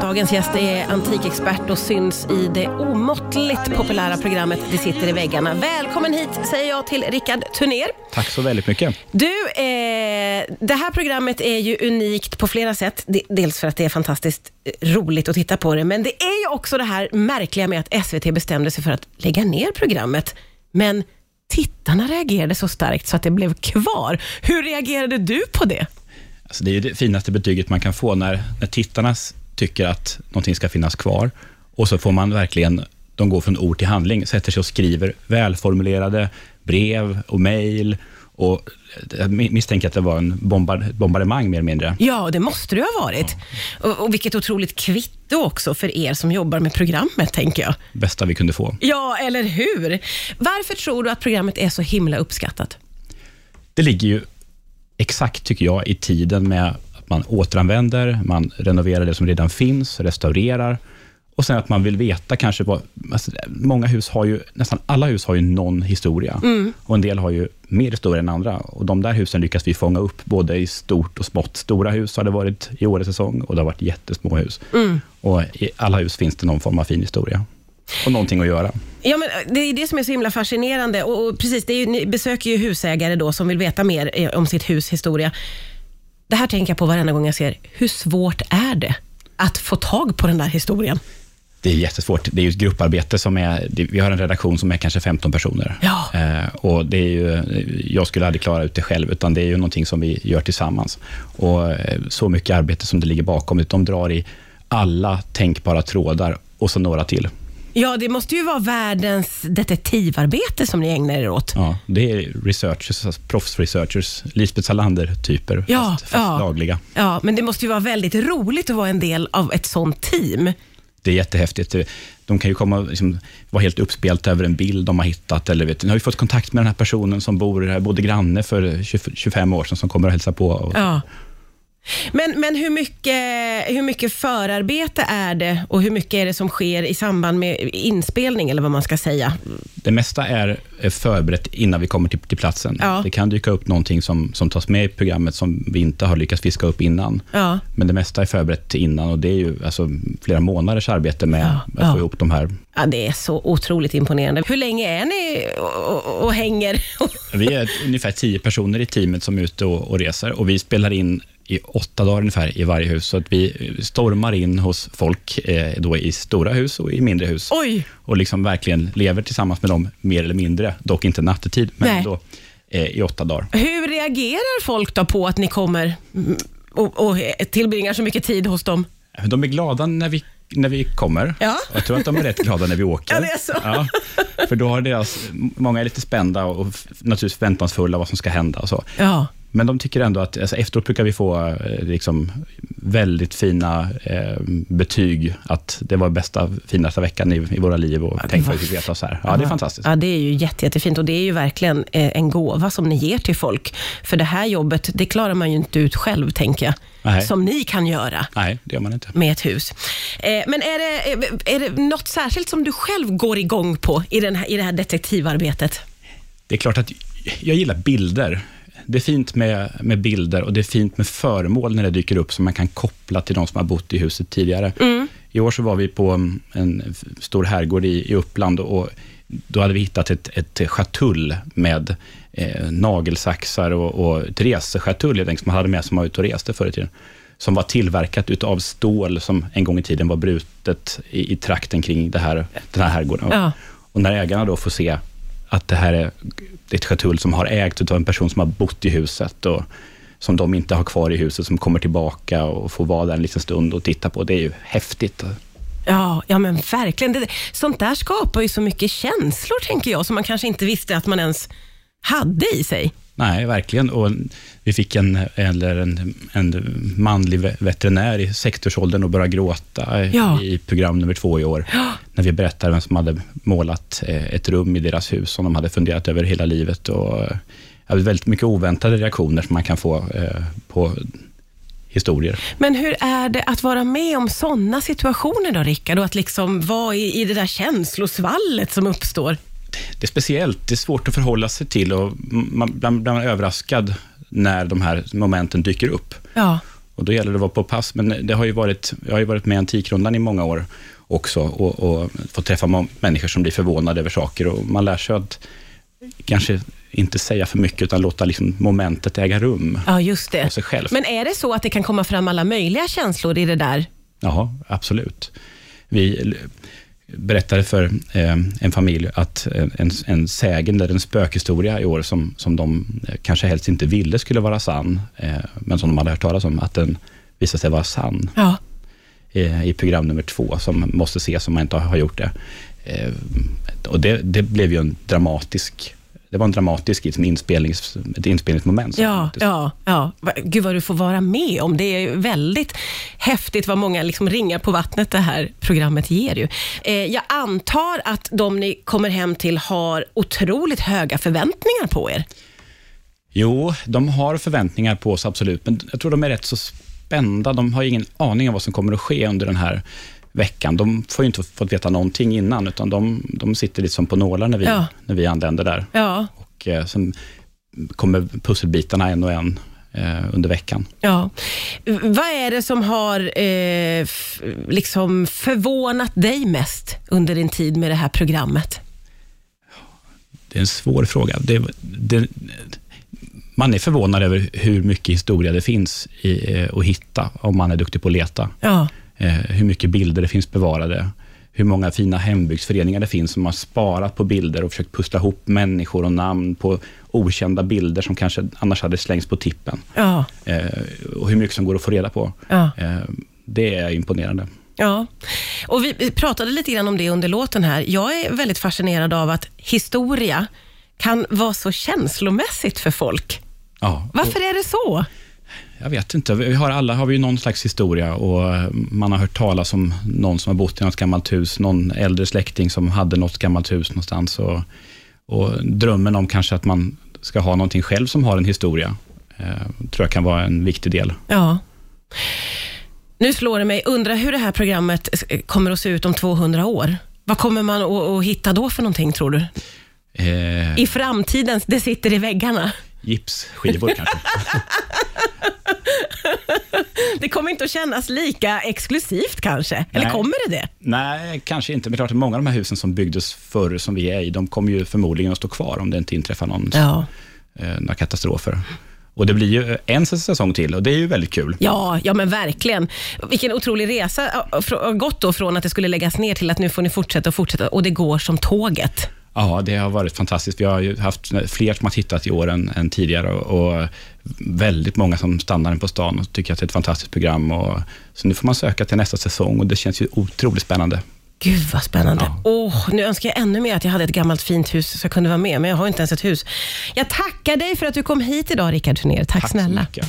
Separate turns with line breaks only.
Dagens gäst är antikexpert och syns i det omåttligt populära programmet Det sitter i väggarna. Välkommen hit säger jag till Rickard Turner.
Tack så väldigt mycket.
Du, eh, det här programmet är ju unikt på flera sätt. De- Dels för att det är fantastiskt eh, roligt att titta på det, men det är ju också det här märkliga med att SVT bestämde sig för att lägga ner programmet. Men tittarna reagerade så starkt så att det blev kvar. Hur reagerade du på det?
Alltså det är ju det finaste betyget man kan få när, när tittarna s- tycker att någonting ska finnas kvar och så får man verkligen, de går från ord till handling, sätter sig och skriver välformulerade brev och mejl och eh, jag mi- misstänker att det var en bombard, bombardemang mer eller mindre.
Ja, det måste det ha varit. Och, och vilket otroligt kvitto också för er som jobbar med programmet, tänker jag.
Bästa vi kunde få.
Ja, eller hur? Varför tror du att programmet är så himla uppskattat?
Det ligger ju exakt, tycker jag, i tiden med att man återanvänder, man renoverar det som redan finns, restaurerar och sen att man vill veta kanske vad... Alltså, många hus har ju, nästan alla hus har ju någon historia och en del har ju mer historia än andra och de där husen lyckas vi fånga upp både i stort och smått. Stora hus har det varit i årets säsong och det har varit jättesmå hus. Och i alla hus finns det någon form av fin historia och någonting att göra.
Ja, men eh, det är det som är så himla fascinerande. Och, och precis, det är ju, ni besöker ju husägare då som vill veta mer eh, om sitt hus historia. Det här tänker jag på varenda gång jag ser. Hur svårt är det att få tag på den där historien?
Det är jättesvårt. Det är ju ett grupparbete som är... det- Vi har en redaktion som är kanske 15 personer.
Ja.
Eh, och det är ju, jag skulle aldrig klara ut det själv, utan det är ju någonting som vi gör tillsammans. Och eh, så mycket arbete som det ligger bakom, de drar i alla tänkbara trådar och så några till.
Ja, det måste ju vara världens detektivarbete som ni ägnar er åt.
Ja, det är researchers, alltså proffsresearchers, Lisbeth Salander-typer,
Ja,
fast, fast
ja.
lagliga.
Ja, men det måste ju vara väldigt roligt att vara en del av ett sånt team.
Det är jättehäftigt. De kan ju komma och liksom, vara helt uppspelta över en bild de har hittat. Eller vet, nu har vi fått kontakt med den här personen som bor här, bodde granne för 20, 25 år sedan, som kommer och hälsar på. Och,
Ja. Men, men hur, mycket, hur mycket förarbete är det och hur mycket är det som sker i samband med inspelning, eller vad man ska säga?
Det mesta är eh, förberett innan vi kommer till, till platsen.
Ja.
Det kan dyka upp någonting som, som tas med i programmet som vi inte har lyckats fiska upp innan.
Ja.
Men det mesta är förberett till innan och det är ju alltså, flera månaders arbete med
Ja,
att
ja.
få ihop de här.
Ja, det är så otroligt imponerande. Hur länge är ni och, och, och hänger?
Vi är ungefär tio personer i teamet som är ute och, och reser och vi spelar in i åtta dagar ungefär i varje hus, så att vi eh, stormar in hos folk eh, då i stora hus och i mindre hus.
Oj!
och liksom verkligen lever tillsammans med dem, mer eller mindre, dock inte nattetid, men
Nej.
ändå eh, i åtta dagar.
Hur reagerar folk då på att ni kommer mm, och, och tillbringar så mycket tid hos dem?
De är glada när vi, när vi kommer.
Ja.
Jag tror att de är rätt glada när vi åker.
Ja, det är så.
Ja, för då har deras, många är lite spända och f- naturligtvis förväntansfulla vad som ska hända och så.
Ja.
Men de tycker ändå att, alltså efteråt brukar vi få eh, liksom, väldigt fina eh, betyg, att det var bästa, finaste veckan i, i våra liv och tänk vad vi fick veta och så här. Ja, det är fantastiskt.
Ja, det är ju jätte, jättefint och det är ju verkligen eh, en gåva som ni ger till folk. För det här jobbet, det klarar man ju inte ut själv, tänker jag.
Nej.
Som ni kan göra
Nej, det gör man inte.
med ett hus. Eh, men är det, eh, är det något särskilt som du själv går igång på i, den här, i det här detektivarbetet?
Det är klart att jag gillar bilder. Det är fint med, med bilder och det är fint med föremål när det dyker upp som man kan koppla till de som har bott i huset tidigare. I år så var vi på mm, en f- stor herrgård i, i Uppland och då hade vi hittat ett, ett schatull med eh, nagelsaxar och, och ett reseskatull helt enkelt, som man hade med sig när man var ute och reste förr i tiden som var tillverkat utav stål som en gång i tiden var brutet i, i trakten kring det här, den här herrgården.
Ja.
Och när ägarna då får se att det här är det är ett schatull som har ägts utav en person som har bott i huset och som de inte har kvar i huset, som kommer tillbaka och får vara där en liten stund och titta på. Det är ju häftigt.
Ja, ja men verkligen. Det, sånt där skapar ju så mycket känslor, tänker jag, som man kanske inte visste att man ens hade i sig.
Nej, verkligen. Och vi fick en, eller en, en manlig ve- veterinär i 60-årsåldern att börja gråta i-
Ja.
i program nummer två i år, när vi berättade vem som hade målat eh, ett rum i deras hus som de hade funderat över hela livet. Och, eh, ja, väldigt mycket oväntade reaktioner som man kan få eh, på historier.
Men hur är det att vara med om sådana situationer då, Rickard? Och att liksom vara i, i det där känslosvallet som uppstår?
det är speciellt, det är svårt att förhålla sig till och man, bland, bland överraskad när de här momenten dyker upp.
Ja.
Och då gäller det att vara på pass, men det har ju varit, jag har ju varit med i Antikrundan i många år också och, och fått träffa må- människor som blir förvånade över saker och man lär sig att kanske inte säga för mycket utan låta liksom momentet äga rum.
Ja, just det.
Av sig själv.
Men är det så att det kan komma fram alla möjliga känslor i det där?
Ja, absolut. Vi l- berättade för eh, en familj att eh, en, en sägen eller en spökhistoria i år, som, som de eh, kanske helst inte ville skulle vara sann, eh, men som de hade hört talas om, att den visade sig vara sann
Ja.
eh, i program nummer två, som måste ses om man inte har- har gjort det. Eh, och det, det blev ju en dramatisk det var en dramatisk liksom, inspelnings, ett inspelningsmoment.
Ja, ja, ja. Va- Gud vad du får vara med om. Det är väldigt häftigt vad många liksom ringar på vattnet det här programmet ger ju. Eh, jag antar att de ni kommer hem till har otroligt höga förväntningar på er.
Jo, de har förväntningar på oss, absolut. Men jag tror de är rätt så spända. De har ingen aning om vad som kommer att ske under den här veckan. De får ju inte fått veta någonting innan, utan de, de sitter liksom på nålar när vi,
Ja.
när vi anländer där.
Ja,
Och eh, sen kommer pusselbitarna en och en eh, under veckan.
ja. V- Vad är det som har eh, f- liksom förvånat dig mest under din tid med det här programmet?
Det är en svår fråga. Det, det, man är förvånad över hur mycket historia det finns i, eh, att hitta, om man är duktig på att leta.
Ja,
eh, hur mycket bilder det finns bevarade, hur många fina hembygdsföreningar det finns som har sparat på bilder och försökt pussla ihop människor och namn på okända bilder som kanske annars hade slängts på tippen.
ja,
Eh, och hur mycket som går att få reda på.
ja.
Eh, det är imponerande.
Ja, och vi pratade lite grann om det under låten här. Jag är väldigt fascinerad av att historia kan vara så känslomässigt för folk.
Ja, och
Varför är det så?
jag vet inte. Vi har alla har vi ju någon slags historia och eh, man har hört talas om någon som har bott i något gammalt hus, någon äldre släkting som hade något gammalt hus någonstans. Och, och drömmen om kanske att man ska ha någonting själv som har en historia, eh, tror jag kan vara en viktig del.
Ja. Nu slår det mig, undra hur det här programmet eh, kommer att se ut om 200 år. Vad kommer man att, att hitta då för någonting, tror du?
Eh,
I framtiden, det sitter i väggarna.
gipsskivor kanske.
Det kommer inte att kännas lika exklusivt kanske, eller
Nej.
kommer det det?
Nej, kanske inte. Men klart att många av de här husen som byggdes förr, som vi är i, de kommer ju förmodligen att stå kvar om det inte inträffar någon,
Ja.
eh, några katastrofer. Och det blir ju en säsong till och det är ju väldigt kul.
Ja, ja men verkligen. Vilken otrolig resa. Ja, frå- har Gått då från att det skulle läggas ner till att nu får ni fortsätta och fortsätta och det går som tåget.
Ja, det har varit fantastiskt. Vi har ju haft fler som har tittat i år än, än tidigare och, och väldigt många som stannar in på stan och tycker att det är ett fantastiskt program. Och, så nu får man söka till nästa säsong och det känns ju otroligt spännande.
Gud vad spännande. Åh, nu önskar jag ännu mer att jag hade ett gammalt fint hus så jag kunde vara med, men jag har inte ens ett hus. Jag tackar dig för att du kom hit idag Rickard Turner. Tack,
Tack så
snälla.
mycket.